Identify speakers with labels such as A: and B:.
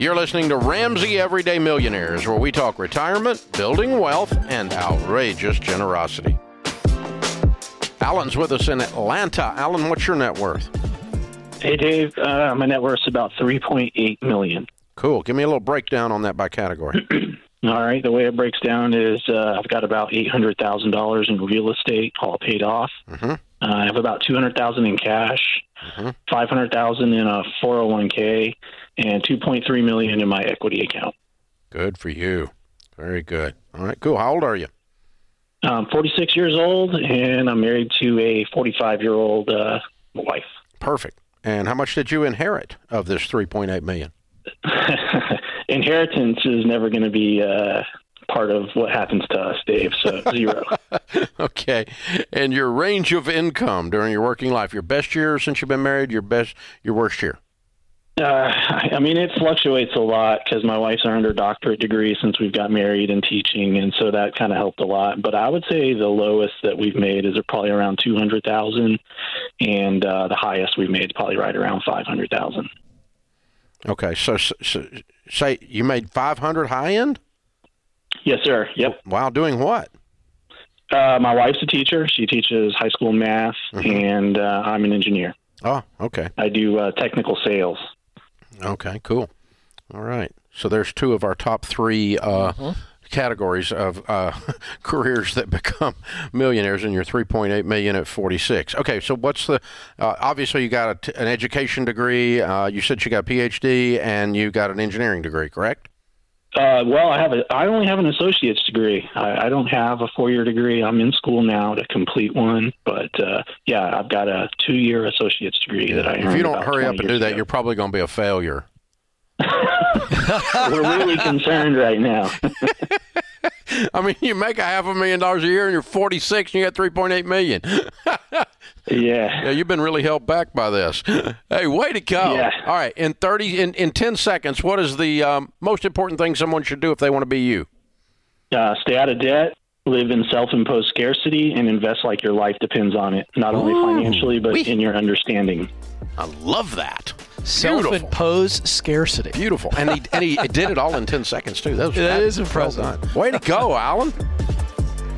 A: You're listening to Ramsey Everyday Millionaires, where we talk retirement, building wealth, and outrageous generosity. Alan's with us in Atlanta. Alan, what's your net worth?
B: Hey Dave, uh, my net worth's about three point eight million.
A: Cool. Give me a little breakdown on that by category.
B: All right, the way it breaks down is uh, I've got about eight hundred thousand dollars in real estate, all paid off.
A: hmm
B: Uh, I have about two hundred thousand in cash,
A: Mhm.
B: five hundred thousand in a four hundred one k, and two point three million in my equity account.
A: Good for you. Very good. All right, cool. How old are you?
B: I'm forty six years old, and I'm married to a forty five year old uh, wife.
A: Perfect. And how much did you inherit of this 3.8 million?
B: Inheritance is never going to be uh, part of what happens to us, Dave. So zero.
A: okay. And your range of income during your working life, your best year since you've been married, your best your worst year.
B: Uh, I I mean, it fluctuates a lot because my wife's earned her doctorate degree since we've got married and teaching, and so that kind of helped a lot. But I would say the lowest that we've made is probably around two hundred thousand, and uh, the highest we've made is probably right around five hundred thousand.
A: Okay. So, so, so say you made 500 high end?
B: Yes, sir. Yep.
A: Wow, doing what?
B: Uh, my wife's a teacher. She teaches high school math, and uh, I'm an engineer.
A: Oh, okay.
B: I do uh, technical sales.
A: Okay, cool. All right. So there's two of our top three uh, categories of uh, careers that become millionaires, and you're 3.8 million at 46. Okay, so what's the? Uh, obviously, you got a t- an education degree. Uh, you said you got a PhD, and you got an engineering degree, correct?
B: Uh, well, I have a. I only have an associate's degree. I, I don't have a four-year degree. I'm in school now to complete one. But uh, yeah, I've got a two-year associate's degree that I.
A: If you don't hurry up and do that, you're probably going to be a failure.
B: you're we're really concerned right now.
A: I mean, you make a half a million dollars a year, and you're 46, and you got 3.8 million.
B: yeah.
A: Yeah, you've been really held back by this. hey, way to go!
B: Yeah.
A: All right, in thirty, in, in ten seconds, what is the um, most important thing someone should do if they want to be you?
B: Uh, stay out of debt. Live in self-imposed scarcity and invest like your life depends on it, not only financially but
A: Wee.
B: in your understanding.
A: I love that. Beautiful,
C: Self-imposed scarcity.
A: beautiful, and he and he did it all in ten seconds too. That, was,
C: That is
A: well
C: impressive.
A: done. Way to go, Alan.